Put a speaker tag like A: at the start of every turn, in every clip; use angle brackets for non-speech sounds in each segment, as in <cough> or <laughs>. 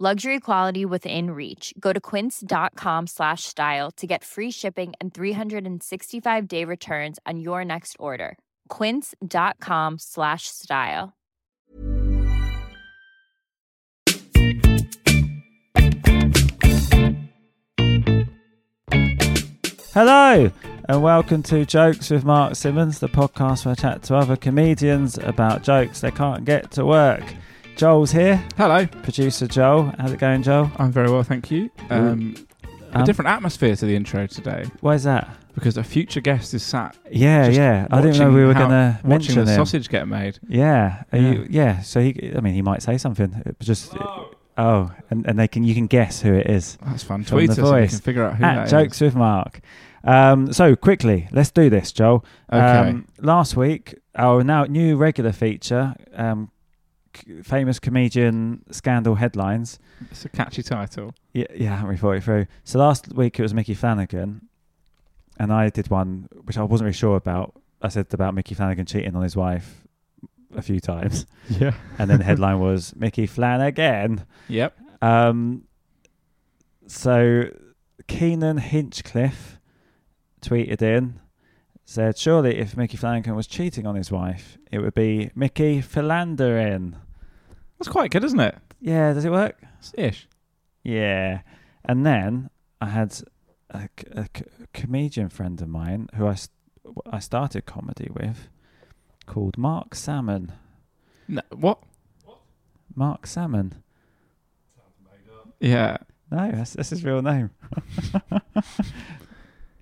A: Luxury quality within reach. Go to quince.com slash style to get free shipping and 365 day returns on your next order. Quince.com slash style.
B: Hello, and welcome to Jokes with Mark Simmons, the podcast where I chat to other comedians about jokes they can't get to work. Joel's here,
C: Hello,
B: producer Joel. How's it going, Joel?
C: I'm very well, thank you. Um, a
B: Um,
C: different atmosphere to the intro today
B: Where's that?
C: because a future guest is sat.
B: Yeah,
C: just
B: yeah. I didn't know
C: watching
B: we were
C: how-
B: going to
C: watching
B: mention
C: the
B: him.
C: sausage get made.
B: Yeah, Are
C: Yeah.
B: You, yeah. So he, I mean, he might say something. It was just oh, and, and they can you can guess who it is.
C: That's fun.
B: From
C: Tweet
B: the
C: us and we
B: voice.
C: can figure out who
B: At
C: that is.
B: jokes with Mark. Um, so quickly, let's do this, Joel.
C: Okay.
B: Um, last week, our now new regular feature, um, c- famous comedian scandal headlines.
C: it's a catchy title.
B: Yeah, yeah, I haven't really thought it through. So last week it was Mickey Flanagan, and I did one which I wasn't really sure about. I said about Mickey Flanagan cheating on his wife a few times,
C: Yeah.
B: and then the headline was Mickey Flanagan.
C: Yep.
B: Um, so Keenan Hinchcliffe tweeted in, said, Surely if Mickey Flanagan was cheating on his wife, it would be Mickey Philandering.
C: That's quite good, isn't it?
B: Yeah, does it work?
C: It's ish.
B: Yeah. And then I had a, c- a c- comedian friend of mine who I, st- I started comedy with called Mark Salmon.
C: No, what?
B: Mark Salmon.
C: Yeah.
B: No, that's, that's his real name.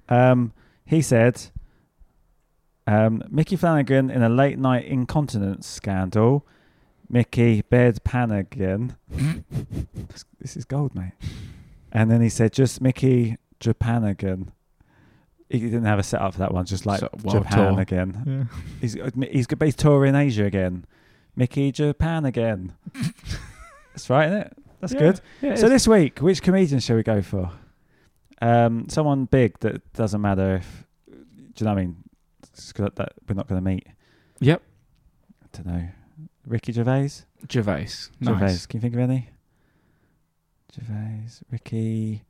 B: um, he said, um, Mickey Flanagan in a late night incontinence scandal. Mickey bed panagan. this, <laughs> this is gold, mate. And then he said, just Mickey Japanagan. He didn't have a setup for that one, just like
C: So, world
B: Japan
C: tour.
B: again.
C: yeah.
B: He's uh, he's but he's touring Asia again. Mickey Japan
C: <laughs>
B: again. That's right, isn't it? That's
C: Yeah.
B: good.
C: Yeah,
B: So
C: so
B: this week, which comedian shall we go for? Um, someone big that doesn't matter if do you know what I mean? It's good that we're not going to meet.
C: Yep.
B: I don't know. Ricky Gervais.
C: Gervais. Nice.
B: Gervais. Can you think of any? Gervais. Ricky.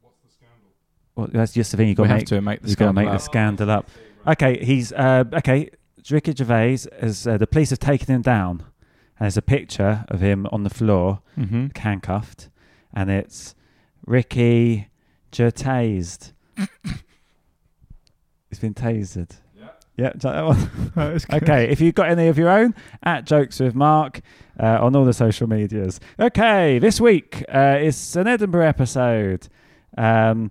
B: What's the scandal? Well, that's just the thing you got
C: we
B: to
C: have
B: make.
C: to make the
B: You got to
C: scandal
B: make the
C: up.
B: scandal up. Okay, he's uh, okay. Ricky Gervais has uh, the police have taken him down, and there's a picture of him on the Mm-hmm. floor
C: Mhm. <laughs>
B: handcuffed, and it's Ricky Gertased. He's been tasered. Yeah, is that that one? okay, if you've got any of your own, at Jokes with Mark uh, on all the social medias. Okay, this week uh, is an Edinburgh episode um,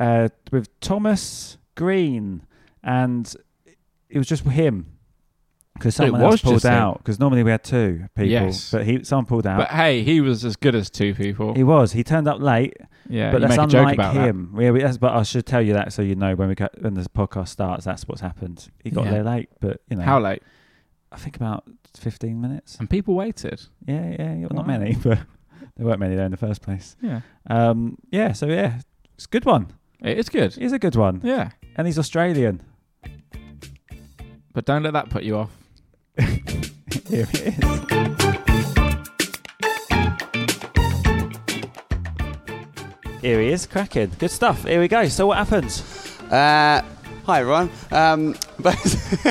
B: uh, with Thomas Green, and it was just him because
C: It
B: someone else
C: was
B: pulled
C: just him.
B: out. Because normally we had two people,
C: Yes.
B: but he someone pulled out.
C: But hey, he was as good as two people.
B: He was. He turned up late,
C: yeah.
B: but
C: you
B: that's
C: make a joke
B: unlike
C: about that.
B: him. Yeah, we, that's, but I should tell you that so you know when we go, when this podcast starts, that's what's happened. He got
C: Yeah.
B: there late, but you know,
C: How late?
B: I think about fifteen minutes.
C: And people waited.
B: Yeah, yeah, yeah, well, not
C: Wow.
B: many, but <laughs> there weren't many there in the first place.
C: Yeah.
B: Um, yeah, so yeah, it's a good one.
C: It is good.
B: He's a good one,
C: Yeah.
B: and he's Australian. <laughs>
C: But don't let that put you off.
B: Here he is. Here he is, cracking. Good stuff. Here we go. So what happens?
D: Uh, hi everyone. Um, <laughs> but <laughs>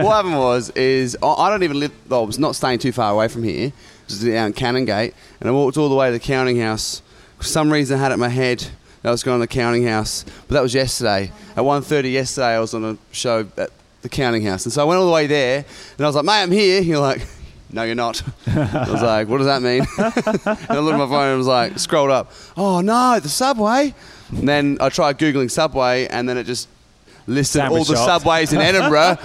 D: what happened was is I, I don't even live. Well, I was not staying too far away from here. It was down Canongate, and I walked all the way to the counting house. For some reason, I had it in my head I was going on the Counting House, but that was yesterday. At 1.30 yesterday, I was on a show at the Counting House, and so I went all the way there, and I was like, "Mate, I'm here." You're like, "No, you're not." I was like, "What does that mean?" <laughs> and I looked at my phone and was like, scrolled up. Oh no, the subway. And then I tried googling subway, and then it just listed
B: Sandwich
D: all the
B: shop.
D: subways in Edinburgh.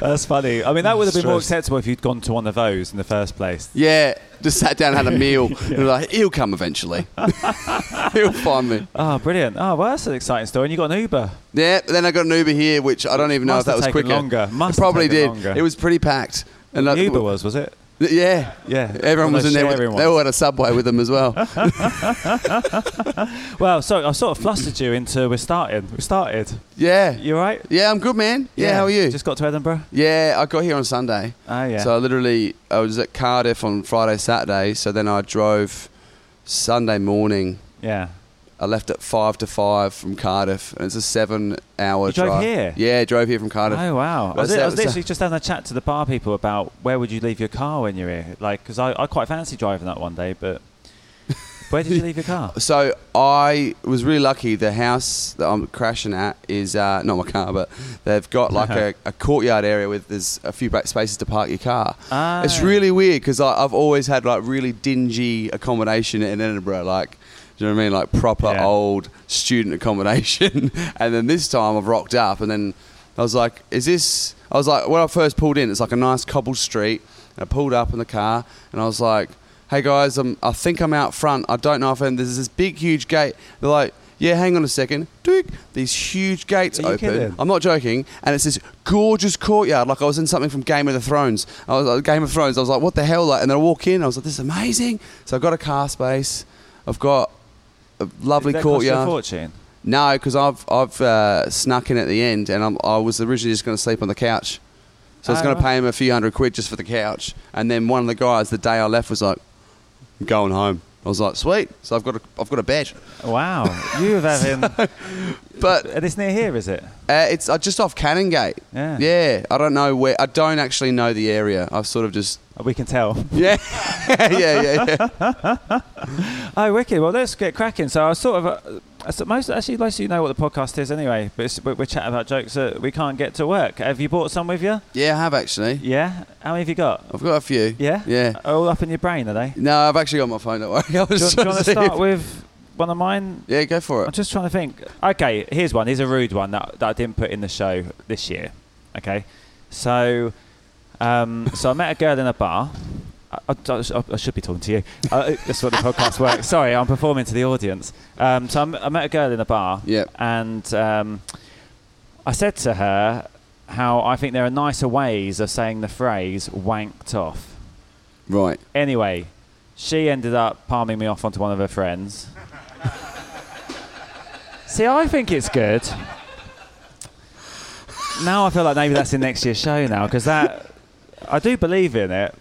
B: That's funny. I mean, that would have been more
C: Stressed.
B: acceptable if you'd gone to one of those in the first place.
D: Yeah, just sat down,
B: <laughs>
D: had a meal. and was like, he'll come eventually. <laughs> he'll find me.
B: Oh, brilliant. Oh, well, that's an exciting story. And you got an Uber.
D: Yeah, but then I got an Uber here, which I don't even know
B: Must
D: if that
B: have
D: was
B: taken
D: quicker.
B: longer. Must
D: it probably
B: have
D: did.
B: taken longer.
D: It was pretty packed. And like-
B: Uber was, was it?
D: Yeah,
B: Yeah.
D: Everyone
B: Well,
D: was in there.
B: they're
D: With,
B: sharing
D: they
B: one.
D: all had a subway with them
B: <laughs>
D: as well.
B: Well, so I sort of flustered you into we're starting. We started.
D: Yeah.
B: You all right?
D: Yeah, I'm good, man. Yeah, how are you?
B: Just got to Edinburgh.
D: yeah, I got here on Sunday.
B: Oh yeah.
D: So I literally, I was at Cardiff on Friday, Saturday. So then I drove Sunday morning.
B: yeah.
D: I left at five to five from Cardiff, and it's a seven-hour
B: You drove
D: drive.
B: here?
D: Yeah, I drove here from Cardiff.
B: Oh wow! I was,
D: That's-
B: I was
D: that's-
B: literally just having a chat to the bar people about where would you leave your car when you're here, like because I, I quite fancy driving that one day,
D: <laughs>
B: but where did you leave your car?
D: So I was really lucky. The house that I'm crashing at is uh, not my car, but they've
B: <laughs>
D: got like a, a courtyard area with there's a few back spaces to park your car.
B: Ah.
D: It's really weird because I've always had like really dingy accommodation in Edinburgh, like. Do you know what I mean? Like proper
B: Yeah.
D: old student <laughs> accommodation. and then this time I've rocked up, and then I was like, "Is this?" I was like, when I first pulled in, it's like a nice cobbled street. And I pulled up in the car, and I was like, "Hey guys, i I think I'm out front. I don't know if and there's this big, huge gate." They're like, "Yeah, hang on a second. Doink. These huge gates
B: Are you
D: open.
B: kidding?
D: I'm not joking. And it's this gorgeous courtyard, like I was in something from Game of the Thrones. I was like, Game of Thrones. I was like, what the hell? Like, and then I walk in, I was like, this is amazing. So I've got a car space. I've got a lovely
B: Did that cost you a
D: courtyard.
B: fortune?
D: No, because I've I've uh, snuck in at the end, and I'm, I was originally just going to sleep on the couch. So I was
B: Oh,
D: going to
B: right.
D: pay him a few hundred quid just for the couch. And then one of the guys, the day I left, was like, I'm going home. I was like, sweet. So I've got a, I've got a bed.
B: Wow, you have having. <laughs>
D: <laughs> But
B: and it's near here, is it?
D: Uh, it's uh, just off Canongate.
B: Yeah.
D: Yeah. I don't know where. I don't actually know the area. I've sort of just. <laughs>
B: Oh, We can tell.
D: Yeah. yeah. Yeah. Yeah.
B: Oh, wicked. Well, let's get cracking. So I sort of, uh, I sup- most actually, most of you know what the podcast is anyway. But it's, we're, we're chatting about jokes that we can't get to work. Have you brought some with you?
D: Yeah. I have actually.
B: Yeah. How many have you got?
D: I've got a few.
B: Yeah.
D: Yeah.
B: All up in your brain, are they?
D: No, I've actually got my phone. Don't worry. <laughs> I was
B: Do you,
D: just
B: do you want to
D: trying to see
B: start
D: if-
B: with one of mine?
D: Yeah. Go for
B: I'm
D: it.
B: just trying to think. Okay, here's one. Here's a rude one that, that I didn't put in the show this year. Okay, so um, so I met a girl in a bar. I, I- I should be talking to you. Uh, that's what the podcast works. Sorry, I'm performing to the audience. Um, so I'm, I met a girl in a bar.
D: Yep.
B: And um, I said to her how I think there are nicer ways of saying the phrase "wanked off."
D: Right.
B: Anyway, she ended up palming me off onto one of her friends. See, I think it's good. Now I feel like maybe that's in next year's show now because that I do believe in it.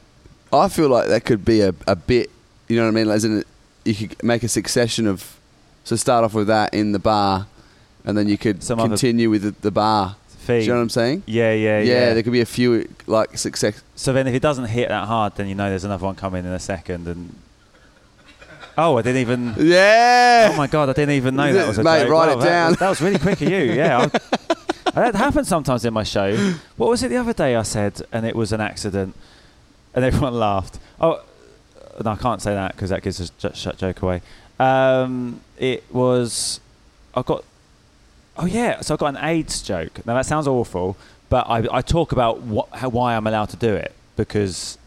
D: I feel like that could be a, a bit. You know what I mean? Like, Isn't it? You could make a succession of. So start off with that in the bar, and then you could
B: Some other
D: continue with the, the bar. Do
B: Theme.
D: you know what I'm saying?
B: Yeah, yeah, yeah.
D: yeah. There could be a few like success.
B: so then, if it doesn't hit that hard, then you know there's another one coming in a second. And oh, I didn't even.
D: Yeah.
B: Oh my god, I didn't even know that was a
D: Mate,
B: joke.
D: write it
B: that
D: down.
B: was- That, was really quick of you. Yeah, I- <laughs> that happens sometimes in my show. What was it the other day? I said, and it was an accident, and everyone <laughs> laughed. Oh, no, I can't say that because that gives us j- shut joke away. Um, it was, I got, oh yeah, so I got an AIDS joke. Now that sounds awful, but I, I talk about what, how, why I'm allowed to do it because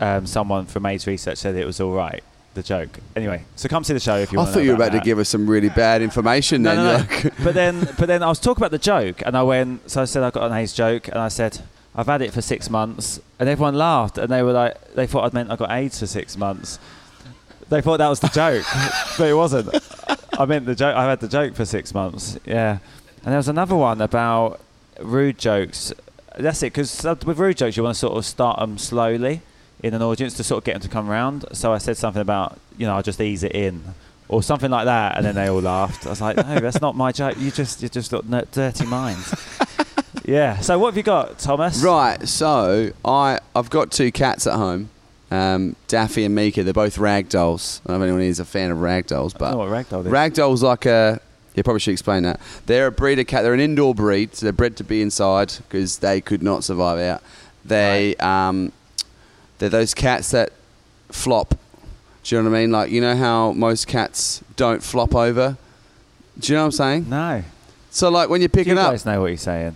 B: um, someone from AIDS research said it was all right. The joke. Anyway, so come see the show if you
D: I
B: want.
D: thought you were about to give us some really bad information
B: No,
D: then.
B: no, no.
D: You're like- <laughs>
B: <laughs> but then, but then I was talking about the joke, and I went. So I said I got an AIDS joke, and I said I've had it for six months, and everyone laughed, and they were like, they thought I'd meant I got AIDS for six months. They thought that was the joke, <laughs> but it wasn't. I meant the joke. I had the joke for six months. Yeah, and there was another one about rude jokes. That's it, because with rude jokes, you want to sort of start them slowly in an audience to sort of get them to come round. So I said something about, you know, I'll just ease it in or something like that, and then they all laughed. I was like, no, that's not my joke. You just, you just got n- dirty
D: <laughs>
B: minds. yeah. So what have you got, Thomas?
D: right, so I I've got two cats at home. Um, Daffy and Mika, they're both ragdolls. I don't know if anyone here is a fan of ragdolls,
B: I don't
D: but
B: know what ragdoll is.
D: Ragdoll's like a. Yeah, probably should explain that. They're a breeder cat. They're an indoor breed. So they're bred to be inside because they could not survive out. They um, they're those cats that flop. Do you know what I mean? Like you know how most cats don't flop over. Do you know what I'm saying?
B: no.
D: So like when you pick
B: you
D: it up,
B: guys know what he's saying.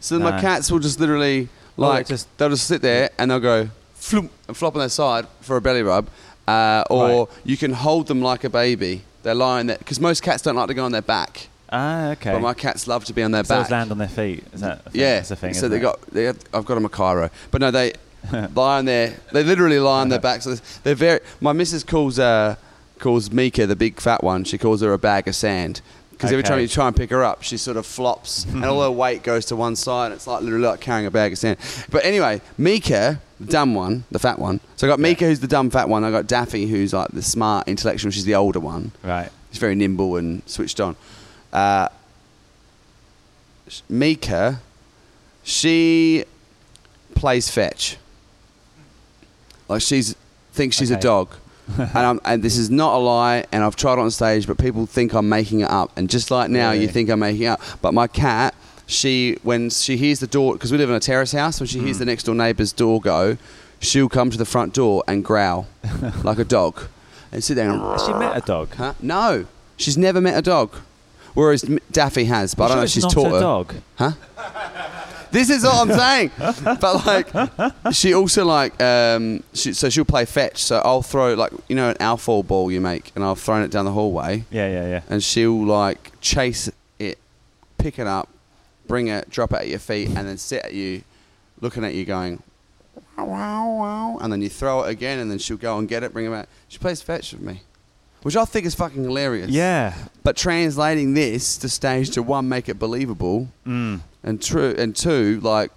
D: so my
B: No.
D: cats will just literally
B: Well,
D: like
B: they just-
D: they'll just sit there and they'll go floop and flop on their side for a belly rub, uh, or you can hold them like a baby. They're lying there because most cats don't like to go on their back,
B: Ah, okay.
D: but my cats love to be on their
B: So they'll
D: back.
B: just land on their feet. Is that a thing?
D: yeah,
B: That's a thing.
D: so
B: isn't
D: they
B: it?
D: got they have, I've got them a Cairo, but
B: <laughs>
D: no, they lie on their they literally lie on their back. So they're very. My missus calls uh, calls Mika the big fat one. She calls her a bag of sand. Because every
B: Okay.
D: time you try and pick her up, she sort of
B: <laughs>
D: flops and all her weight goes to one side. It's like literally like carrying a bag of sand. But anyway, Mika, the dumb one, the fat one. So I got Mika, who's the dumb fat one. I got Daffy, who's like the smart intellectual. She's the older one.
B: right.
D: He's very nimble and switched on. Uh, sh- Mika, she plays fetch. Like she's thinks she's a
B: Okay.
D: dog,
B: <laughs>
D: and I'm, and this is not a lie. And I've tried it on stage, but people think I'm making it up. And just like now, you
B: Really?
D: think I'm making it up. But my cat, she when she hears the door because we live in a terrace house, when she
B: Mm.
D: hears the next door neighbour's door go, she'll come to the front door
B: <laughs>
D: and growl like a dog, and sit there and
B: Has she met a dog?
D: Huh? No, she's never met a dog. Whereas M- Daffy has, but I don't know if she's
B: not
D: taught
B: a
D: her.
B: dog.
D: This is what I'm saying. <laughs> but like, she also like, um, she, so she'll play fetch. So I'll throw like, you know, an alpha ball you make, and I've thrown it down the hallway,
B: Yeah, yeah, yeah.
D: and she'll like chase it, pick it up, bring it, drop it at your feet, and then sit at you, looking at you, going, wow, wow, wow, and then you throw it again, and then she'll go and get it, bring it back. She plays fetch with me, which I think is fucking hilarious.
B: Yeah.
D: But translating this to stage to one, make it believable,
B: Mm.
D: and true, and two, like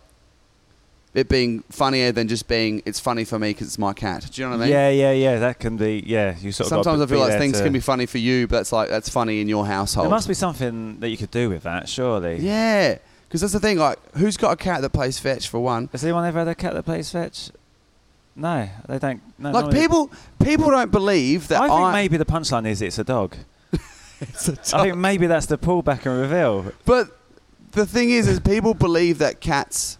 D: it being funnier than just being it's funny for me because it's my cat. Do you know what I mean?
B: Yeah, yeah, yeah. That can be. Yeah, you sort of.
D: Sometimes I
B: gotta
D: feel
B: there
D: like things
B: to-
D: can be funny for you, but that's like that's funny in your household.
B: There must be something that you could do with that, surely.
D: Yeah, because that's the thing. Like, who's got a cat that plays fetch for one?
B: Has anyone ever had a cat that plays fetch? No, they don't. No,
D: Like
B: normally-
D: people, people don't believe that
B: I
D: I.
B: think maybe the punchline is it's a dog.
D: <laughs> it's a
B: I think maybe that's the pullback and reveal.
D: But the thing is, is people believe that cats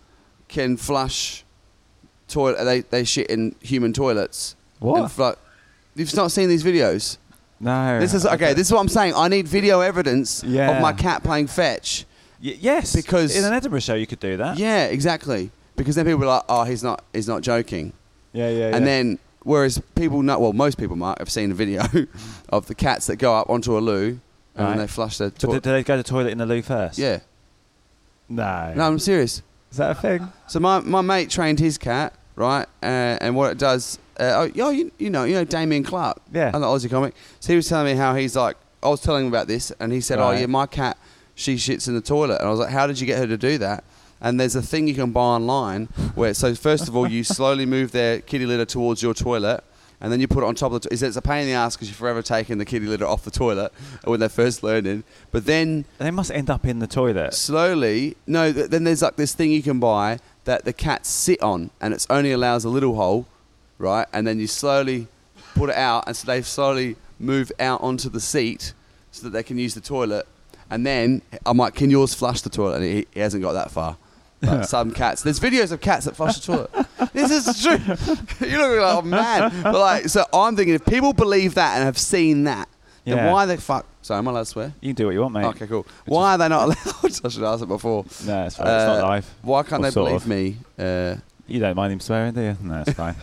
D: can flush toilet. They they shit in human toilets.
B: What?
D: And flu- You've not seen these videos.
B: No.
D: This is
B: I
D: okay.
B: don't-
D: This is what I'm saying. I need video evidence
B: Yeah.
D: of my cat playing fetch.
B: Y- yes,
D: because-
B: in an Edinburgh show you could do that.
D: Yeah, exactly. Because then people are like, "Oh, he's not. He's not joking."
B: yeah, yeah.
D: And
B: yeah.
D: then, whereas people know, well, most people might have seen a video <laughs> of the cats that go up onto a loo and
B: Right.
D: then they flush their
B: But do,
D: toilet.
B: do they go to the toilet in the loo first?
D: Yeah.
B: No.
D: No, I'm serious.
B: Is that a thing?
D: So my, my mate trained his cat, right? Uh, and what it does, uh, oh, yo, you, you know, you know Damien Clark,
B: Yeah.
D: another Aussie comic. So he was telling me how he's like, I was telling him about this, and he said, oh
B: Right.
D: yeah, my cat, she shits in the toilet, and I was like, how did you get her to do that? And there's a thing you can buy online where, so first of all,
B: <laughs>
D: you slowly move their kitty litter towards your toilet. And then you put it on top of the. To- it's a pain in the ass because you're forever taking the kitty litter off the toilet uh, when they're first learning. But then
B: They must end up in the toilet.
D: slowly no th- then there's like this thing you can buy that the cats sit on and it's only allows a little hole right and then you slowly put it out and so they slowly move out onto the seat so that they can use the toilet and then i'm like can yours flush the toilet and he, he hasn't got that far But some cats there's videos of cats that flush the toilet this is true <laughs> you look like i'm mad but like so i'm thinking if people believe that and have seen that then
B: Yeah.
D: why the fuck sorry am i allowed to swear
B: You can do what you want, mate.
D: Okay, cool. Why are they not <laughs> allowed? I should ask it before.
B: No, it's fine. it's not
D: Uh,
B: live.
D: Why can't
B: Well,
D: they
B: sort
D: believe
B: of.
D: me? Uh,
B: You don't mind him swearing, do you? No, it's
D: <laughs>
B: fine.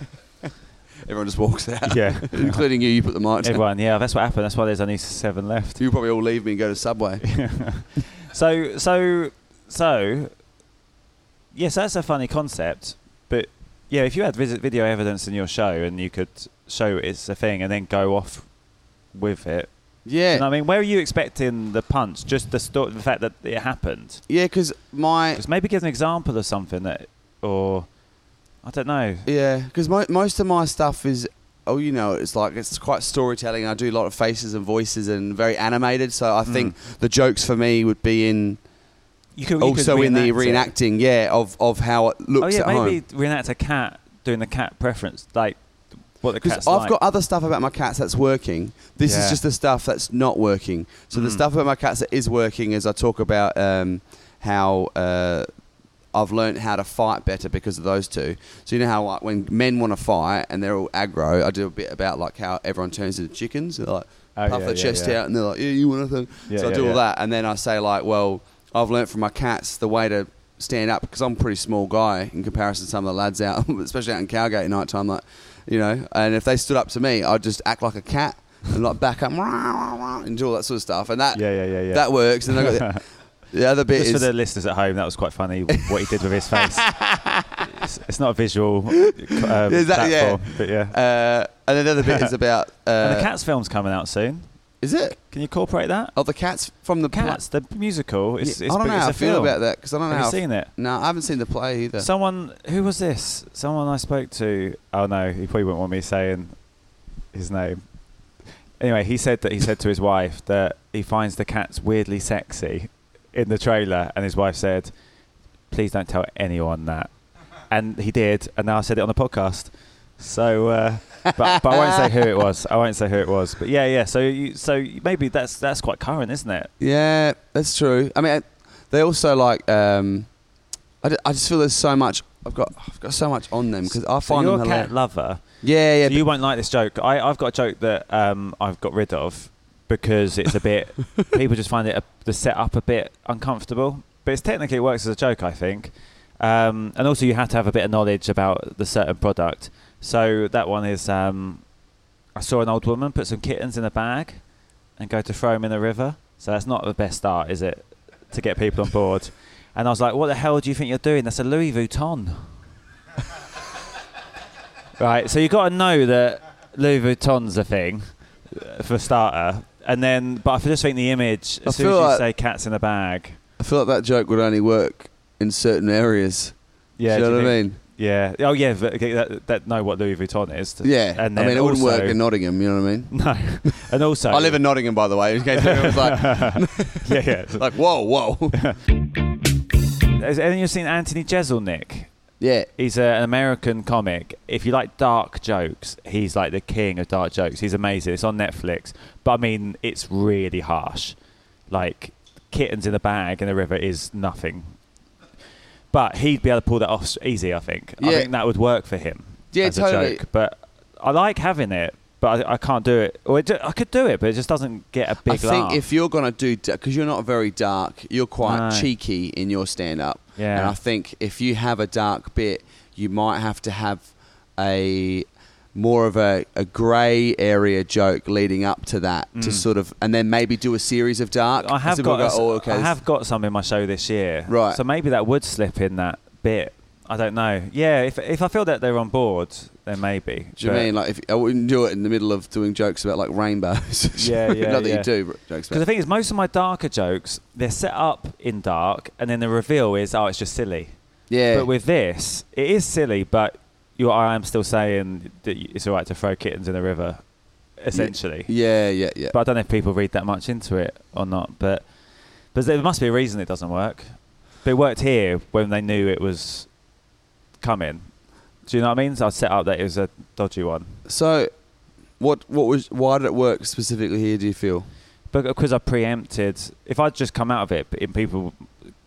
D: everyone just walks out.
B: yeah.
D: Including you, you put the mic
B: <laughs>
D: down.
B: Everyone, yeah, that's what happened. That's why there's only seven left.
D: You probably all leave me and go to Subway.
B: <laughs> So, so, so, yes, that's a funny concept. But yeah, if you had visit video evidence in your show and you could show it's a thing and then go off with it.
D: Yeah.
B: And I mean, where are you expecting the punch? Just the sto- the fact that it happened.
D: Yeah, because my.
B: Just maybe give an example of something that, or I don't know.
D: Yeah, because mo- most of my stuff is. Oh, you know, it's like it's quite storytelling. I do a lot of faces and voices and very animated. So
B: Mm.
D: I think the jokes for me would be in
B: You could you could
D: also in the
B: reenact it.
D: reenacting. Yeah, of, of how it
B: Oh
D: looks
B: yeah,
D: at
B: maybe
D: home.
B: reenact a cat doing the cat preference, like What the
D: Because
B: cat's
D: I've
B: like.
D: got other stuff about my cats that's working. This
B: Yeah. Mm.
D: is just the stuff that's not working. So the stuff about my cats that is working is I talk about um, how uh, I've learned how to fight better because of those two. So you know how like when men want to fight and they're all aggro, I do a bit about like how everyone turns into chickens. They're like
B: Oh,
D: puff
B: yeah,
D: their
B: yeah,
D: chest
B: yeah.
D: out and they're like, yeah, you want to.
B: Yeah,
D: so I
B: yeah,
D: do all
B: yeah.
D: that and then I say like, well, I've learnt from my cats the way to stand up because I'm a pretty small guy in comparison to some of the lads out, <laughs> especially out in Cowgate at night time. Like, you know, and if they stood up to me, I'd just act like a cat and like back up <laughs> and do all that sort of stuff. And that
B: Yeah, yeah, yeah, yeah.
D: that works. And I
B: <laughs>
D: got the, the other bit
B: Just for
D: is
B: the listeners at home, that was quite funny what he did with
D: <laughs>
B: his face. it's, it's not a visual um,
D: that- yeah.
B: platform, but yeah.
D: uh, and then the other bit
B: <laughs>
D: is about
B: and
D: uh,
B: the Cats film's coming out soon.
D: is it
B: Can you incorporate that?
D: oh the cats from the pla-
B: Cats, the musical. It's,
D: Yeah,
B: it's,
D: I don't
B: it's
D: know how
B: a
D: I feel
B: film.
D: about that because I don't know.
B: Have
D: how
B: you
D: I f-
B: seen it?
D: No, I haven't seen the play either.
B: Someone who was this? Someone I spoke to. Oh no, he probably wouldn't want me saying his name. Anyway, he said that he said to his wife that he finds the cats weirdly sexy in the trailer, and his wife said, "Please don't tell anyone that." And he did, and now I said it on the podcast. So, uh, but, but I won't say who it was. I won't say who it was. But yeah, yeah. So, you, so maybe that's that's quite current, isn't it?
D: Yeah, that's true. I mean, I- they also like. Um, I, d- I just feel there's so much. I've got I've got so much on them because Um, I
B: So
D: find
B: you're
D: them
B: a
D: hilarious.
B: cat lover.
D: yeah, yeah.
B: So you won't like this joke. I, I've got a joke that um, I've got rid of because it's a
D: <laughs>
B: bit. people just find it a, the setup a bit uncomfortable, but it's technically it works as a joke, I think. Um, and also, you have to have a bit of knowledge about the certain product. So that one is: um, I saw an old woman put some kittens in a bag and go to throw them in the river. So that's not the best start, is it, to get people on board? And I was like, "What the hell do you think you're doing? That's a Louis Vuitton." <laughs> Right, so you got to know that Louis Vuitton's a thing uh, for starter, and then but I just think the image as soon
D: I
B: as
D: feel
B: you
D: like-
B: say cats in a bag,
D: I feel like that joke would only work in certain areas.
B: yeah,
D: do you know
B: do you
D: what I
B: think-
D: mean?
B: Yeah, oh yeah, v- okay, that, that know what Louis Vuitton is.
D: Yeah.
B: and
D: I
B: then
D: mean, it wouldn't
B: also- <laughs>
D: work in Nottingham. You know what I mean?
B: No, and also
D: I live in Nottingham, by the way. In case anyone's
B: <laughs>
D: like,
B: yeah, yeah.
D: <laughs> like,
B: <laughs>
D: whoa, whoa.
B: Has anyone seen Anthony Jeselnik?
D: yeah.
B: He's a, an American comic. If you like dark jokes, he's like the king of dark jokes. He's amazing. It's on Netflix. But I mean, it's really harsh. Like kittens in a bag in the river is nothing. But he'd be able to pull that off s- easy. I think. I
D: Yeah.
B: think that would work for him.
D: Yeah,
B: as
D: totally.
B: a joke. But I like having it. But I, I can't do it. Or it ju- I could do it, but it just doesn't get a big
D: I think
B: laugh.
D: if you're gonna do because you're not very dark, you're quite
B: No.
D: cheeky in your stand up.
B: Yeah.
D: And I think if you have a dark bit, you might have to have a more of a, a grey area joke leading up to that to sort of and then maybe do a series of dark.
B: Mm. I have
D: So people
B: got a
D: go,
B: s-
D: oh, okay.
B: I have got some in my show this year.
D: Right.
B: So maybe that would slip in that bit. I don't know. Yeah, if if I feel that they're on board, then maybe.
D: do you mean like if I wouldn't do it in the middle of doing jokes about like rainbows? <laughs>
B: Yeah, yeah,
D: Not that
B: yeah.
D: you do r- jokes
B: Because the
D: about.
B: thing is, most of my darker jokes they're set up in dark, and then the reveal is oh, it's just silly.
D: Yeah.
B: But with this, it is silly, but you I am still saying that y- it's all right to throw kittens in the river, essentially.
D: yeah, yeah, yeah.
B: But I don't know if people read that much into it or not. But but there must be a reason it doesn't work. But it worked here when they knew it was coming. Do you know what I mean? So I set up that it was a dodgy one,
D: so what what was why did it work specifically here do you feel?
B: but because I preempted. If I'd just come out of it, p- people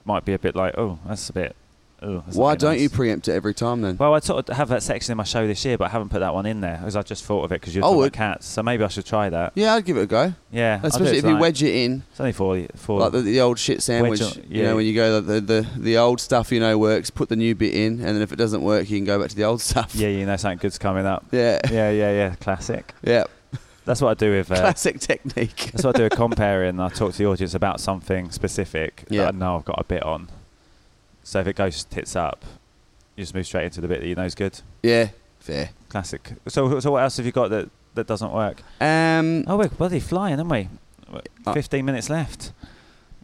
B: might be a bit like, "Oh, that's a bit." Oh, that's not
D: Why
B: very
D: don't
B: nice."
D: you preempt it every time then?
B: well, I sort of have that section in my show this year, but I haven't put that one in there because I just thought of it because you're
D: I
B: talking
D: would.
B: about cats. So maybe I should try that.
D: Yeah, I'd give it a go.
B: Yeah, I'll do it
D: Especially if you
B: tonight.
D: wedge it in,
B: It's only four, four.
D: like the, the old shit sandwich.
B: on-
D: You
B: yeah.
D: know, when you go the, the the old stuff you know works, put the new bit in, and then if it doesn't work, you can go back to the old stuff.
B: yeah, you know, something good's coming up.
D: <laughs> yeah,
B: yeah, yeah, yeah. Classic. <laughs>
D: yeah.
B: That's what I do with. Uh,
D: Classic technique.
B: that's what I do with comparing. I talk to the audience about something specific
D: Yeah.
B: that I know I've got a bit on. So if it goes tits up, you just move straight into the bit that you know is good.
D: Yeah, fair.
B: Classic. So, so what else have you got that, that doesn't work?
D: Um,
B: Oh, we're bloody flying, aren't we?
D: Uh,
B: Fifteen minutes left.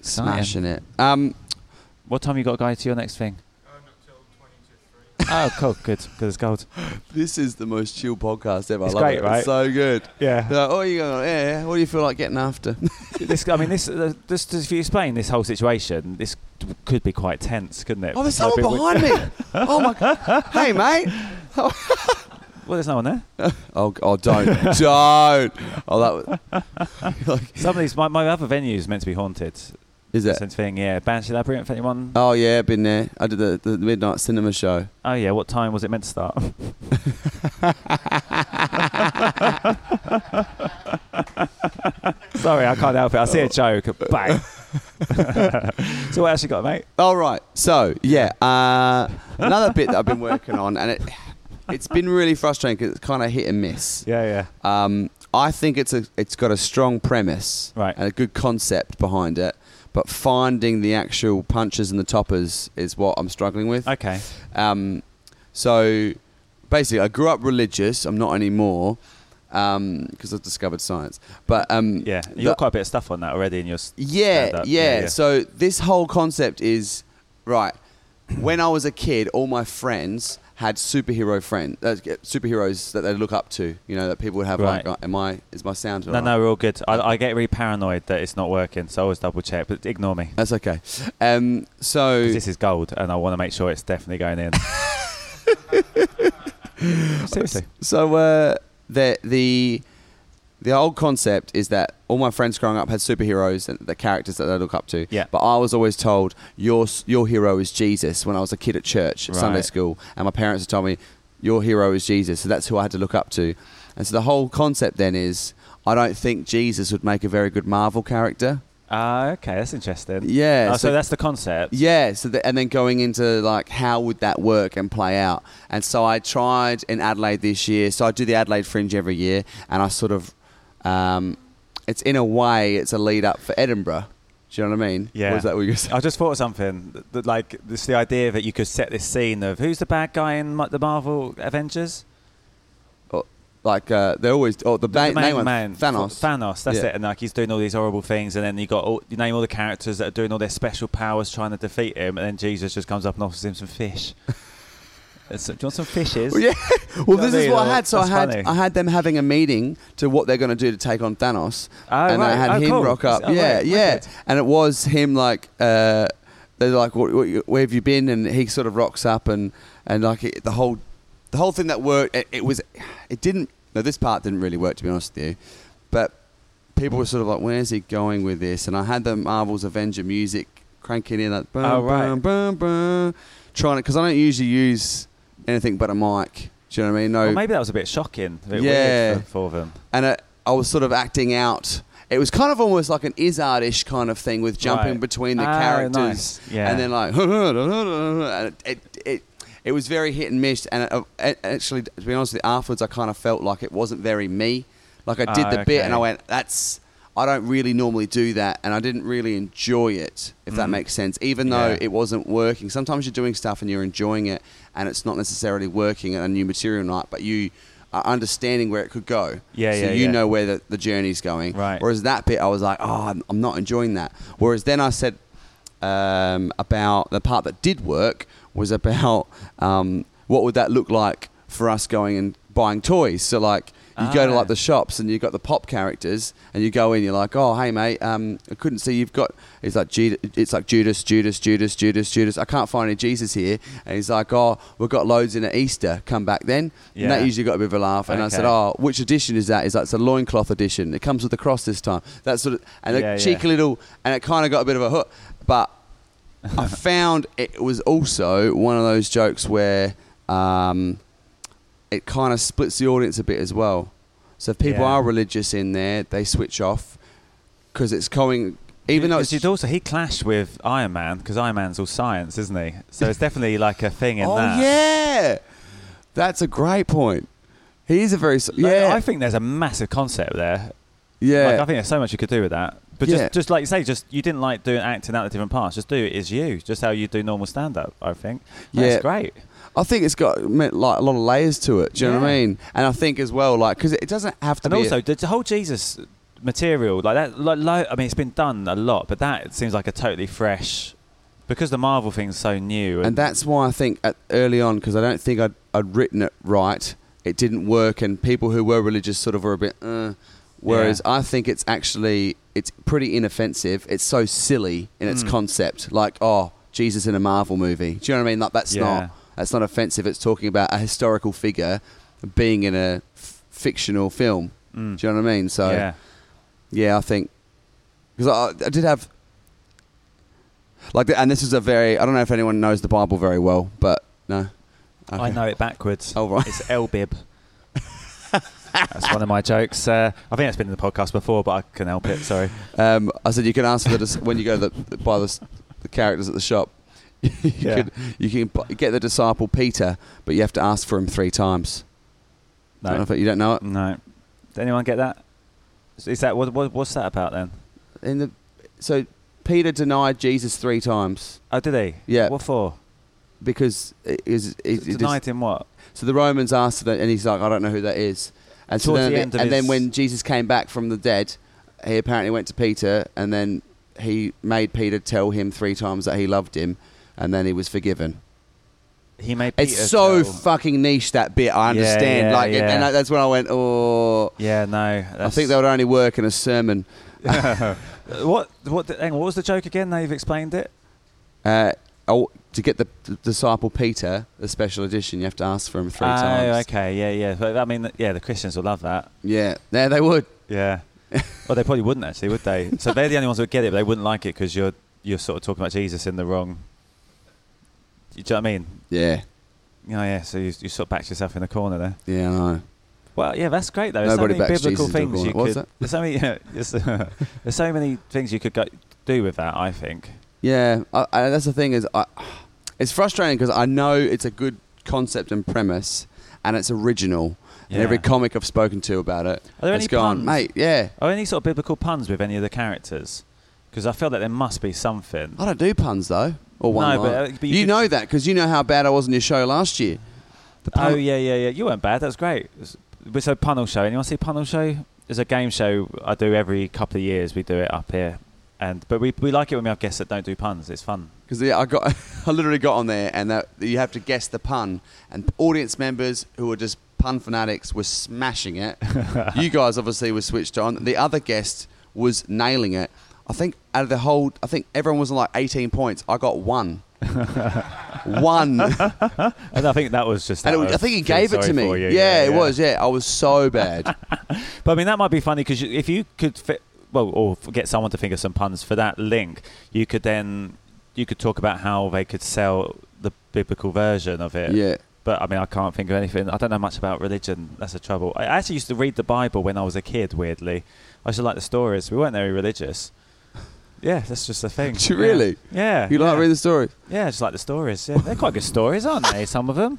D: smashing it. Um,
B: What time you got, guy, to your next thing? Oh, cool, good, good as
D: <laughs>
B: gold.
D: this is the most chill podcast ever.
B: It's
D: I love
B: great,
D: it.
B: right?
D: It's so good.
B: Yeah,
D: They're like, oh, you going? Yeah, yeah. What do you feel like getting after? <laughs>
B: this. I mean, this. Uh, just if you explain this whole situation, this could be quite tense, couldn't it?
D: oh, there's
B: Might be-
D: someone
B: <laughs>
D: behind me. Oh my! Hey, mate.
B: Well, there's no one there.
D: Oh, g-
B: <laughs>
D: oh don't, don't. Oh, that was like,
B: Some of these, my, my other venue's meant to be haunted.
D: is it?
B: Same thing, yeah. Banshee Labyrinth, if anyone.
D: Oh yeah, been there. I did the, the midnight cinema show.
B: Oh, yeah, what time was it meant to start? Sorry, I can't help it. I see a joke,
D: <laughs>
B: bang. so what else you got, mate?
D: All right. So yeah, uh, another bit that I've been working on, and it it's been really frustrating 'cause it's kind of hit and miss.
B: Yeah, yeah.
D: Um, I think it's a it's got a strong premise
B: Right.
D: and a good concept behind it, but finding the actual punches and the toppers is what I'm struggling with.
B: Okay.
D: Um, so basically, I grew up religious. I'm not anymore because I've discovered science. But um,
B: Yeah, you
D: the-
B: got quite a bit of stuff on that already in your. s-
D: yeah,
B: stand-up.
D: yeah, So this whole concept is right. When I was a kid, all my friends had superhero friend uh, superheroes that they look up to. You know that people would have
B: Right.
D: like, uh, "Am I? Is my sound?"
B: No,
D: alright?
B: no, we're all good. I, I get really paranoid that it's not working, so I always double check. But ignore me.
D: that's okay. Um, so
B: 'Cause This is gold, and I want to make sure it's definitely going
D: <laughs>
B: in. Seriously.
D: So uh, the the the old concept is that all my friends growing up had superheroes and the characters that they look up to.
B: Yeah.
D: But I was always told your your hero is Jesus when I was a kid at church, at Sunday
B: Right.
D: school, and my parents had told me your hero is Jesus, so that's who I had to look up to. And so the whole concept then is I don't think Jesus would make a very good Marvel character.
B: Ah, okay, that's interesting.
D: Yeah,
B: Oh, so,
D: so-
B: that's the concept.
D: Yeah, so the, and then going into like how would that work and play out. And so I tried in Adelaide this year. So I do the Adelaide Fringe every year, and I sort of, um, it's in a way, it's a lead up for Edinburgh. Do you know what I mean?
B: Yeah.
D: Was that what you were saying?
B: I just thought of something that- that, like this the idea that you could set this scene of who's the bad guy in Ma- the Marvel Avengers?
D: Like uh, they're always oh the, main, main one Thanos.
B: Thanos, that's
D: Yeah.
B: it. And like he's doing all these horrible things, and then you got all, you name all the characters that are doing all their special powers trying to defeat him, and then Jesus just comes up and offers him some
D: <laughs>
B: fish. It's- Do you want some fishes?
D: Well, yeah. Well,
B: You know
D: this
B: what I
D: is
B: mean?
D: what I had. So I
B: That's
D: had
B: funny.
D: I had them having a meeting to what they're going to do to take on Thanos,
B: Oh,
D: and I
B: right.
D: had
B: Oh,
D: him
B: cool.
D: rock up.
B: Oh,
D: yeah,
B: right.
D: yeah.
B: Wicked.
D: And it was him like uh, they're like, what, what, "Where have you been?" And he sort of rocks up and and like it, the whole the whole thing that worked. It, it was it didn't. No, this part didn't really work to be honest with you, but people were sort of like, "Where's he going with this?" And I had the Marvel's Avenger music cranking in like, bum,
B: Oh, right.
D: bum, bum, bum, trying it because I don't usually use anything but a mic. Do you know what I mean? No,
B: Well, maybe that was a bit shocking, a bit
D: Yeah.
B: weird for, for them.
D: and it, I was sort of acting out. It was kind of almost like an Izzard-ish kind of thing with jumping
B: Right.
D: between the
B: Ah,
D: characters,
B: nice. Yeah.
D: and then like, <laughs> and it, it, it, it was very hit and miss. And it, it, actually, to be honest with you, afterwards I kind of felt like it wasn't very me. Like I did
B: Ah,
D: the bit, and
B: okay.
D: I went, "That's I don't really normally do that," and I didn't really enjoy it, if that makes sense. Even though
B: Mm-hmm. Yeah.
D: it wasn't working, sometimes you're doing stuff and you're enjoying it, and it's not necessarily working at a new material night, but you are understanding where it could go.
B: Yeah,
D: so
B: yeah,
D: you
B: yeah.
D: know where the, the journey's going.
B: Right.
D: Whereas that bit, I was like, oh, I'm, I'm not enjoying that. Whereas then I said um, about the part that did work was about um, what would that look like for us going and buying toys. So like. You go to
B: Ah.
D: like the shops and you've got the pop characters and you go in, you're like, oh, hey, mate, um, I couldn't see you've got, it's like, Judas, it's like Judas, Judas, Judas, Judas, Judas. I can't find any Jesus here. And he's like, oh, we've got loads in at Easter. Come back then. And
B: Yeah.
D: that usually got a bit of a laugh. And I said,
B: Okay.
D: oh, which edition is that? Is that it's a loincloth edition. It comes with the cross this time. That sort of and
B: Yeah,
D: a
B: yeah.
D: cheeky little and it kind of got a bit of a hook.
B: <laughs>
D: But I found it was also one of those jokes where um, it kind of splits the audience a bit as well. So if people
B: Yeah.
D: are religious in there, they switch off because it's going. Even though
B: Because
D: it's
B: you'd also he clashed with Iron Man because Iron Man's all science, isn't he? So it's definitely like a thing in
D: oh
B: that.
D: yeah, that's a great point. He's a very s-
B: Like,
D: yeah
B: I think there's a massive concept there.
D: yeah.
B: Like, I think there's so much you could do with that. But
D: Yeah.
B: just, just like you say, just you didn't like doing acting out the different parts. Just do it as you, just how you do normal stand up. I think that's
D: Yeah.
B: great.
D: I think it's got meant like a lot of layers to it. Do you know what I
B: Yeah.
D: mean? And I think as well, like, because it doesn't have to
B: And
D: be.
B: also the, the whole Jesus material, like that. Like, lo- I mean, it's been done a lot, but that seems like a totally fresh because the Marvel thing's so new.
D: and that's why I think at, early on, because I don't think I'd, I'd written it right, it didn't work, and people who were religious sort of were a bit. Uh, whereas I think it's actually it's pretty inoffensive. It's so silly in
B: Mm.
D: its concept, like oh Jesus in a Marvel movie. Do you know what I mean? Like that's
B: Yeah.
D: not that's not offensive. It's talking about a historical figure being in a f- fictional film.
E: Mm.
D: Do you know what I mean? So
E: yeah.
D: yeah, I think because I, I did have like, and this is a very I don't know if anyone knows the Bible very well, but no,
B: I
D: <laughs>
B: know it backwards.
D: Oh right,
B: It's Elbib. that's one of my jokes. Uh, I think that's been in the podcast before, but I can help it. Sorry.
D: um, I said you can ask for the <laughs> when you go to the, buy the, s- the characters at the shop. <laughs> you,
E: Yeah.
D: could, you can bu- get the disciple Peter, but you have to ask for him three times. I don't know
E: No.
D: if it- you don't
B: Mm.
D: know it.
E: No.
B: Did anyone get that? Is- Is that what, what? What's that about then?
D: In the so Peter denied Jesus three times
B: Oh, did he?
D: Yeah.
B: What for?
D: because it is it, it is-
B: Denied him what?
D: so the Romans asked that, and he's like, I don't know who that is. And so
B: Towards
D: then,
B: the end of
D: and then
B: his-
D: when Jesus came back from the dead, he apparently went to Peter, and then he made Peter tell him three times that he loved him, and then he was forgiven.
B: He made Peter.
D: It's so
B: tell-
D: fucking niche that bit. I
B: Yeah,
D: understand.
B: yeah,
D: like, and-
B: yeah.
D: and that's when I went, oh,
B: yeah, no.
D: I think that would only work in a sermon.
B: Uh, What? What? Hang on, what was the joke again? Now you've explained it.
D: Uh, oh, to get the, the disciple Peter, the special edition, you have to ask for him three
B: oh,
D: times.
B: okay, yeah, yeah. But, I mean, yeah, the Christians would love that.
D: Yeah, there they would.
B: Yeah. <laughs> well, they probably wouldn't actually, would they? So they're the only ones who would get it, but they wouldn't like it because you're you're sort of talking about Jesus in the wrong. Do you know what I mean?
D: Yeah,
B: Yeah, yeah. So you, you sort of backed yourself in the corner there.
D: yeah, I know.
B: Well, yeah, that's great though. There's
D: Nobody
B: so many
D: backs
B: biblical
D: Jesus into a
B: things
D: corner.
B: you
D: What's
B: could.
D: that?
B: There's so many. <laughs> there's, there's so many things you could go, do with that. I think.
D: Yeah, I, I, that's the thing is, I, it's frustrating because I know it's a good concept and premise, and it's original, and
B: Yeah.
D: every comic I've spoken to about it,
B: Are there
D: has
B: any
D: gone,
B: puns?
D: mate. Yeah,
B: Are any sort of biblical puns with any of the characters? Because I feel that there must be something.
D: I don't do puns though, or one.
B: No, but,
D: line.
B: uh, but
D: you,
B: you could-
D: know that because you know how bad I was on your show last year. The pun-
B: Oh yeah, yeah, yeah. You weren't bad. That's great. It's- But so Punnel Show. Anyone see Punnel Show? It's a game show I do every couple of years. We do it up here, and but we we like it when we have guests that don't do puns. It's fun.
D: Because yeah, I got, <laughs> I literally got on there, and that you have to guess the pun, and audience members who were just pun fanatics were smashing
B: <laughs>
D: it. you guys obviously were switched on. The other guest was nailing it. I think out of the whole, I think everyone was on like 18 points. I got
B: <laughs>
D: one, one, and
B: And I think that was just.
D: it
B: out
D: was, I
B: of
D: think he
B: feel
D: gave it
B: sorry
D: to me.
B: for you.
D: yeah, it was. Yeah, I was so bad.
B: But I mean, that might be funny because if you could fit, well, or f- get someone to think of some puns for that link, you could then you could talk about how they could sell the biblical version of it.
D: yeah.
B: But I mean, I can't think of anything. I don't know much about religion. That's the trouble. I actually used to read the Bible when I was a kid. Weirdly, I used to like the stories. We weren't very religious. Yeah, that's just the thing.
D: Did you <laughs> really?
B: Yeah.
D: You
B: yeah.
D: like reading the story?
B: Yeah, I just like the stories. Yeah, they're quite good stories, aren't they? Some of them.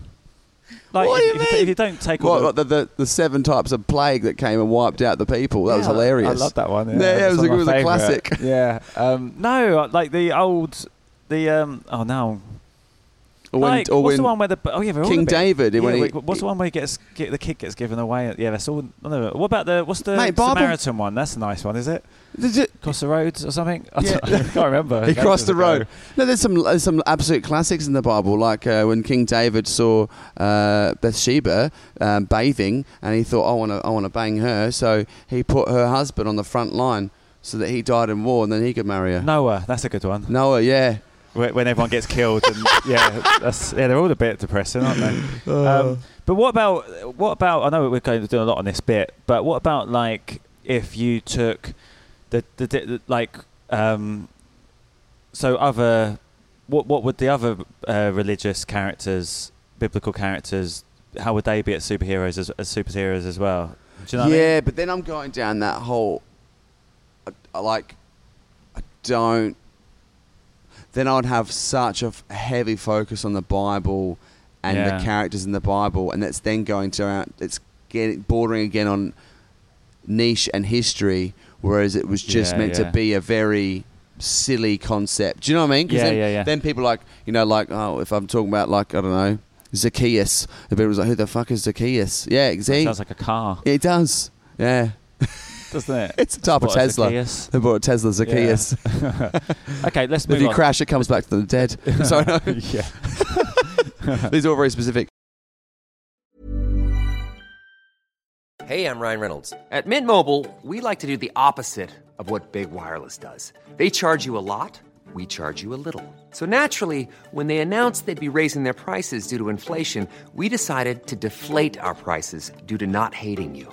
B: Like,
D: <laughs> What do
B: if,
D: you
B: if
D: mean?
B: if you don't take all
D: What,
B: the-
D: like the, the, the seven types of plague that came and wiped out the people? That was
B: Yeah, I-
D: hilarious.
B: I love that one. Yeah,
D: Yeah, yeah, it was
B: That's
D: a-
B: one of my
D: it was a
B: favourite. <laughs>
D: classic.
B: Yeah. Um, no, I- like the old, the um. Oh no.
D: Or
B: like, what's the one where the oh yeah, they're all
D: King
B: a bit-
D: David,
B: Yeah,
D: when he-
B: wait, what's the one where he gets get, the kid gets given away? Yeah, that's all. none of it. What about the what's the
D: Mate, Bible-
B: Samaritan one? That's a nice one, is it?
D: Did you-
B: Cross the roads or something? <laughs> I,
D: Yeah.
B: don't- I can't remember.
D: <laughs> he crossed the
B: Ages ago.
D: road. No, there's some there's some absolute classics in the Bible, like uh, when King David saw uh, Bathsheba um, bathing, and he thought, "I want to, I want to bang her." So he put her husband on the front line so that he died in war, and then he could marry her.
B: Noah, that's a good one.
D: Noah, yeah,
B: Wh- when everyone gets killed and yeah, that's, yeah, they're all a bit depressing, aren't they? Um, but what about what about? I know we're going to do a lot on this bit, but what about like if you took the the, di- the like um, so other what what would the other uh, religious characters, biblical characters, how would they be at superheroes as, as superheroes as well? Do you know?
D: yeah. But then I'm going down that whole, I, I like, I don't. Then I'd have such a f- heavy focus on the Bible and
B: Yeah.
D: the characters in the Bible, and that's then going to uh, it's getting bordering again on niche and history, whereas it was just
B: Yeah,
D: meant
B: yeah.
D: to be a very silly concept. Do you know what I mean? 'Cause
B: Yeah,
D: then,
B: yeah, yeah.
D: Then people like you know like oh if I'm talking about like I don't know Zacchaeus, the people was like who the fuck is Zacchaeus?
B: what
D: Yeah,
B: I mean?
D: exactly.
B: sounds like a car,
D: It does. Yeah.
B: doesn't it?
D: It's a type of
B: What, a
D: Tesla.
B: Zacchaeus?
D: They bought a Tesla Zacchaeus. <laughs>
B: Okay, let's move
D: If you
B: on.
D: crash, it comes back to
B: <laughs>
D: the dead. <laughs> Sorry, no.
B: yeah.
D: <laughs> These are all very specific.
F: Hey, I'm Ryan Reynolds. At Mint Mobile, we like to do the opposite of what Big Wireless does. They charge you a lot, we charge you a little. So naturally, when they announced they'd be raising their prices due to inflation, we decided to deflate our prices due to not hating you.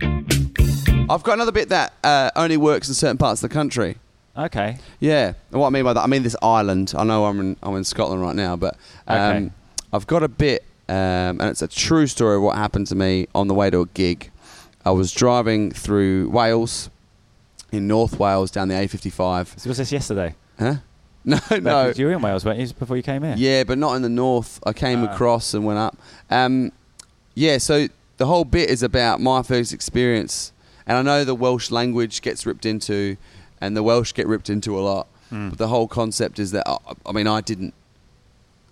D: I've got another bit that uh, only works in certain parts of the country.
B: Okay.
D: Yeah. And what I mean by that, I mean this island. I know I'm in, I'm in Scotland right now, but um,
B: Okay.
D: I've got a bit, um, and it's a true story of what happened to me on the way to a gig. I was driving through Wales, in North Wales, down the A55.
B: So was this yesterday?
D: Huh? <laughs> No, no.
B: You were in Wales, weren't you, before you came here?
D: Yeah, but not in the north. I came across and went up. Um, yeah, so the whole bit is about my first experience, and I know the Welsh language gets ripped into, and the Welsh get ripped into a lot. But the whole concept is that I, I mean, I didn't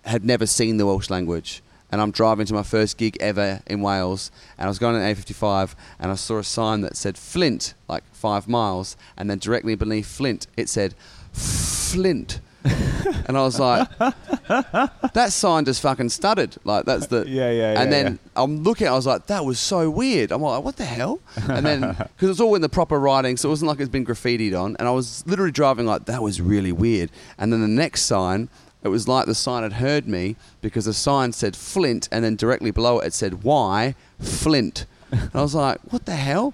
D: had never seen the Welsh language. And I'm driving to my first gig ever in Wales, and I was going on A55, and I saw a sign that said Flint, like five miles, and then directly beneath Flint, it said Flint, and I was like, that sign just fucking stuttered. Like that's the
B: Yeah, yeah, yeah,
D: And then I'm looking, I was like, that was so weird. I'm like, what the hell?
B: <laughs>
D: And then because it's all in the proper writing, so it wasn't like it's been graffitied on. And I was literally driving like that was really weird. And then the next sign, it was like the sign had heard me because the sign said Flint, and then directly below it, it said why Flint. And I was like, what the hell?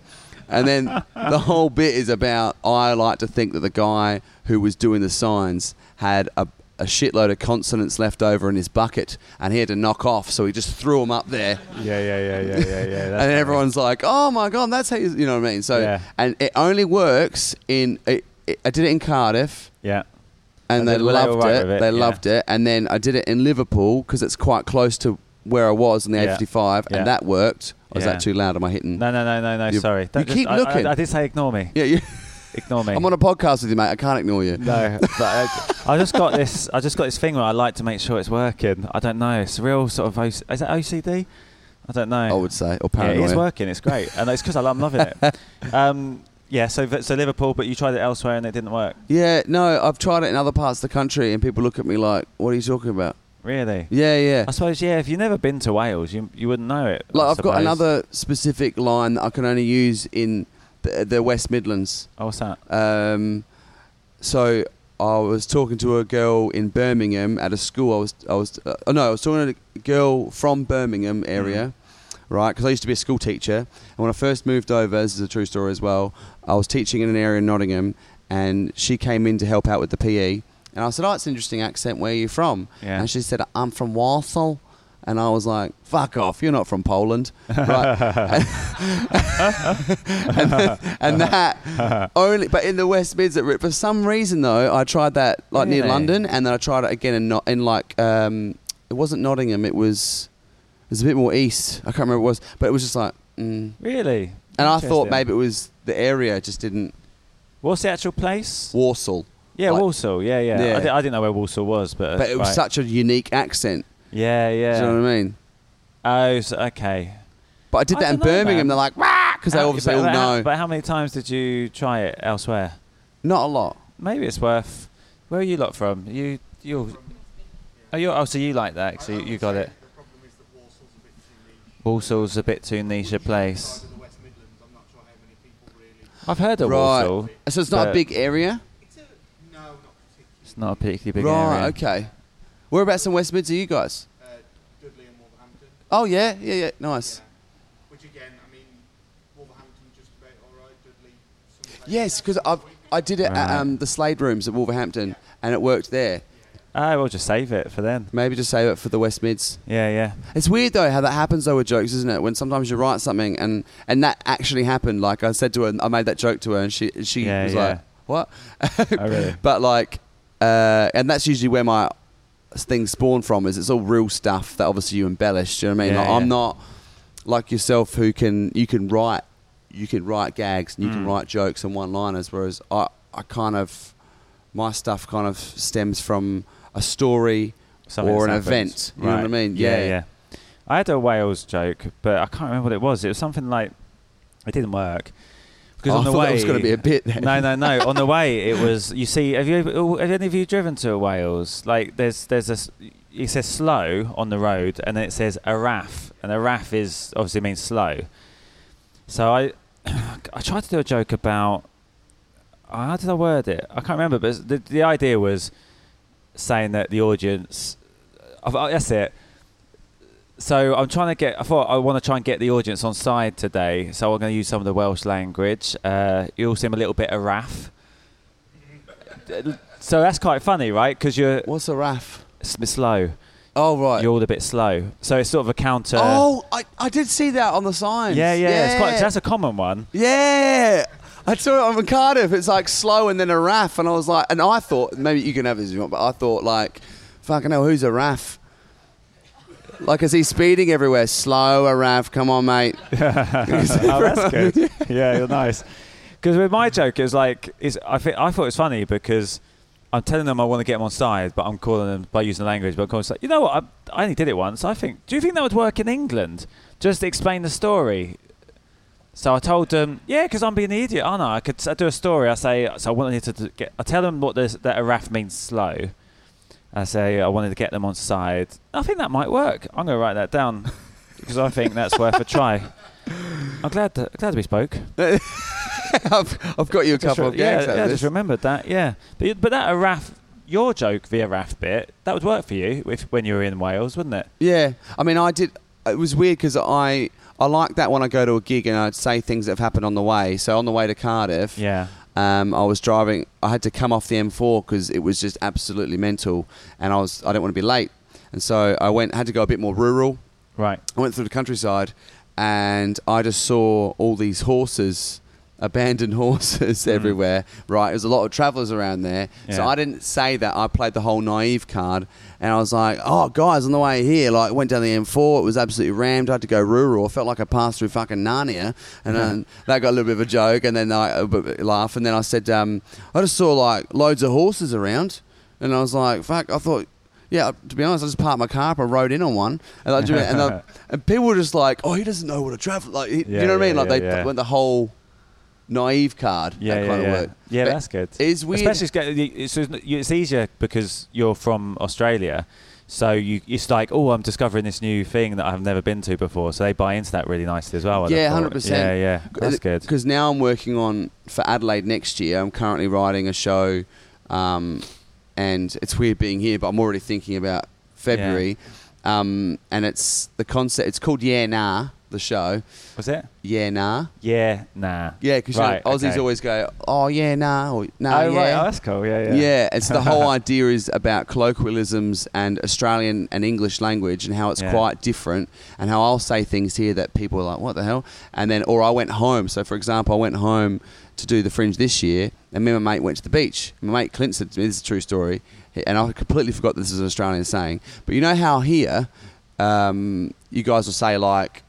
D: And then the whole bit is about I like to think that the guy who was doing the signs had a, a shitload of consonants left over in his bucket and he had to knock off, so he just threw them up there.
B: Yeah, yeah, yeah,
D: <laughs>
B: yeah, yeah, yeah.
D: and everyone's like, oh my God, that's how you, you know what I mean? So,
B: Yeah.
D: and it only works in, it, it, I did it in Cardiff
B: Yeah.
D: and,
B: And
D: they
B: they were
D: loved
B: alright
D: it.
B: with it,
D: They
B: yeah.
D: loved it. And then I did it in Liverpool because it's quite close to where I was on the
B: Yeah.
D: A55
B: Yeah.
D: and that worked. Or is
B: Yeah.
D: that too loud? Am I hitting?
B: No, no, no, no, no.
D: You-
B: sorry.
D: you keep
B: I- I-
D: looking.
B: I, did say ignore me.
D: <laughs> Yeah, you,
B: Ignore me.
D: I'm on a podcast with you, mate. I can't ignore you.
B: No, but I,
D: <laughs>
B: I just got this. I just got this thing where I like to make sure it's working. I don't know. It's a real sort of. O- is that OCD? I don't know.
D: I would say, or
B: Yeah,
D: Oh, paranoia.
B: it is working. It's great, and it's because I'm loving
D: <laughs>
B: it. Um, yeah. So v- so Liverpool, but you tried it elsewhere and it didn't work.
D: Yeah, no, I've tried it in other parts of the country, and people look at me like, "What are you talking about?"
B: Really.
D: Yeah, yeah.
B: I suppose yeah. If you've never been to Wales, you you wouldn't know it. I
D: Like I've got
B: suppose.
D: another specific line that I can only use in the, the West Midlands.
B: Oh, what's that?
D: Um, so I was talking to a girl in Birmingham at a school. I was, I was, uh, oh, no, I was talking to a girl from Birmingham area, right? Because I used to be a school teacher, and when I first moved over, this is a true story as well. I was teaching in an area in Nottingham, and she came in to help out with the PE, and I said, "Oh, it's an interesting accent. Where are you from?"
B: Yeah.
D: And she said, "I'm from Warsaw." And I was like, "Fuck off! You're not from Poland, right?" and, and
B: Uh-huh. <laughs>
D: that only, but in the West Mids at Rip. For some reason though, I tried that like near
B: Really?
D: London, and then I tried it again in not in like um, it wasn't Nottingham. It was it was a bit more east. I can't remember what it was, but it was just like, mm.
B: Really.
D: and I thought
B: Interesting.
D: maybe it was the area just didn't
B: What's the actual place?
D: Warsaw,
B: Yeah,
D: like-
B: Walsall. Yeah, yeah.
D: Yeah.
B: I, di- I didn't know where Walsall was, but
D: but it was
B: right.
D: such a unique accent.
B: Yeah, yeah.
D: Do you know what I mean?
B: Oh, so, okay.
D: But I did
B: I
D: that in
B: don't know, man.
D: Birmingham. They're like, because they
B: How-
D: obviously
B: but-
D: all
B: but how-
D: know.
B: But how many times did you try it elsewhere?
D: Not a lot.
B: Maybe it's worth. Where are you lot from? You you. Oh, you oh, so you like that? So you, you got it. Walsall's a bit too niche a place. I've heard of
D: right.
B: Walsall.
D: So it's not a
B: but
D: big area?
B: It's not a particularly big
D: right,
B: area.
D: okay. Whereabouts in West Mids are you guys?
G: Uh,
D: Oh, yeah, yeah, yeah. Nice.
G: Which again, I mean, Wolverhampton just about all right. Dudley. some places.
D: Yes, because I I did it at um, the Slade Rooms at Wolverhampton, and it worked there.
B: Ah, we'll just save it for then.
D: Maybe just save it for the West Mids.
B: Yeah, yeah.
D: It's weird though how that happens though with jokes, isn't it? When sometimes you write something and and that actually happened. Like I said to her, I made that joke to her, and she she
B: Yeah,
D: was
B: yeah.
D: like, "What?"
B: Oh, really?
D: <laughs> But like, uh, and that's usually where my things spawn from. Is it's all real stuff that obviously you embellish. Do you know what I mean?
B: Yeah,
D: like,
B: yeah.
D: I'm not like yourself who can you can write you can write gags and you
B: Mm.
D: can write jokes and one liners, whereas I I kind of my stuff kind of stems from a story
B: Something
D: or an
B: that's happened.
D: event. You know what I
B: Right.
D: mean?
B: yeah, I had a Wales joke, but I can't remember what it was. It was something like it didn't work because
D: Oh,
B: on
D: I
B: the
D: thought
B: way
D: that was gonna be a bit then.
B: <laughs> No, no, no. on the way, it was. You see, have you ever- have any of you driven to Wales? Like, there's there's a s- it says slow on the road, and then it says a raff, and a raff is obviously means slow. So I <clears throat> I tried to do a joke about how did I word it? I can't remember, but the the idea was saying that the audience. I've- oh, that's it. So I'm trying to get. I thought I want to try and get the audience on side today. So I'm going to use some of the Welsh language. Uh, you all seem a little bit of raff. <laughs> So that's quite funny, right? Because you're
D: What's a raff?
B: s- slow.
D: Oh right.
B: You're all a bit slow. So it's sort of a counter.
D: oh, I, I did see that on the signs.
B: yeah, yeah. It's quite. That's a common one.
D: yeah. I saw it on Cardiff. It's like slow and then a raff, and I was like, and I thought maybe you can have this if you want, but I thought like, fucking hell, who's a raff? Like, is he speeding everywhere? Slow, a raff. Come
B: <laughs>
D: on, mate. <laughs>
B: oh, that's good. <laughs> Yeah, you're nice. Because with my joke, it was like, it's, I, thi- I thought it was funny because I'm telling them I want to get them on side, but I'm calling them by using the language. But I'm calling like, you know what? I, I only did it once. I think, do you think that would work in England? Just explain the story. So I told them, yeah, because I'm being an idiot, aren't I? I could s- I do a story. I say, so I wanted to d- get, I tell them what this, that a raff means slow. I say I wanted to get them on side. I think that might work. I'm going to write that down because I think that's worth a <laughs> try. I'm glad that glad we spoke.
D: I've, I've got you a couple of
B: yeah,
D: gags out
B: yeah, I
D: of
B: just
D: this.
B: remembered that. Yeah, but you- but that a Raf, your joke via Raf bit that would work for you if when you were in Wales, wouldn't it?
D: Yeah, I mean, I did. It was weird because I I like that when I go to a gig and I'd say things that have happened on the way. So on the way to Cardiff,
B: Yeah.
D: um, I was driving. I had to come off the M4 because it was just absolutely mental, and I was I didn't want to be late, and so I went had to go a bit more rural.
B: Right.
D: I went through the countryside, and I just saw all these horses, abandoned <laughs> horses everywhere. Right, there's a lot of travellers around there, so
B: Yeah.
D: I didn't say that. I played the whole naive card, and I was like, "Oh, guys, on the way here, like, went down the M4. It was absolutely rammed. I had to go rural. I felt like I passed through fucking Narnia." And then
B: Uh-huh.
D: that got a little bit of a joke, and then I a bit- bit laugh, and then I said, um, "I just saw like loads of horses around," and I was like, "Fuck!" I thought. Yeah, to be honest, I just parked my car up and rode in on one, and, I,
B: <laughs>
D: and, I, and people were just like, "Oh, he doesn't know what a travel like." he-
B: Yeah,
D: you know what I
B: yeah,
D: mean? Like
B: yeah,
D: they
B: yeah.
D: went the whole naive card.
B: Yeah,
D: that
B: yeah,
D: kind
B: yeah.
D: of work.
B: yeah
D: But
B: that's good.
D: It's weird.
B: Especially it's, go- you- it's, it's easier because you're from Australia, so you it's like oh I'm discovering this new thing that I've never been to before. So they buy into Oh, that really nicely as well. I'd have
D: yeah,
B: thought.
D: hundred percent.
B: Yeah, yeah, that's good.
D: Because now I'm working on for Adelaide next year. I'm currently writing a show, um, and it's weird being here, but I'm already thinking about February. Um, and it's the concept. It's called Yeah Nah, the show.
B: Was it?
D: Yeah Nah.
B: Yeah, nah.
D: Yeah, because
B: Right,
D: you know, Aussies
B: okay.
D: always go, "Oh yeah, Nah," or "Nah,
B: oh
D: yeah."
B: right, oh, that's cool. Yeah, yeah.
D: Yeah.
B: <laughs>
D: it's the whole idea is about colloquialisms and Australian and English language and how it's
B: Yeah.
D: quite different and how I'll say things here that people are like, what the hell? And then, or I went home. So, for example, I went home to do the Fringe this year and me and my mate went to the beach. My mate Clint said to me, this is a true story, and I completely forgot this is an Australian saying, but you know how here um, you guys will say, like,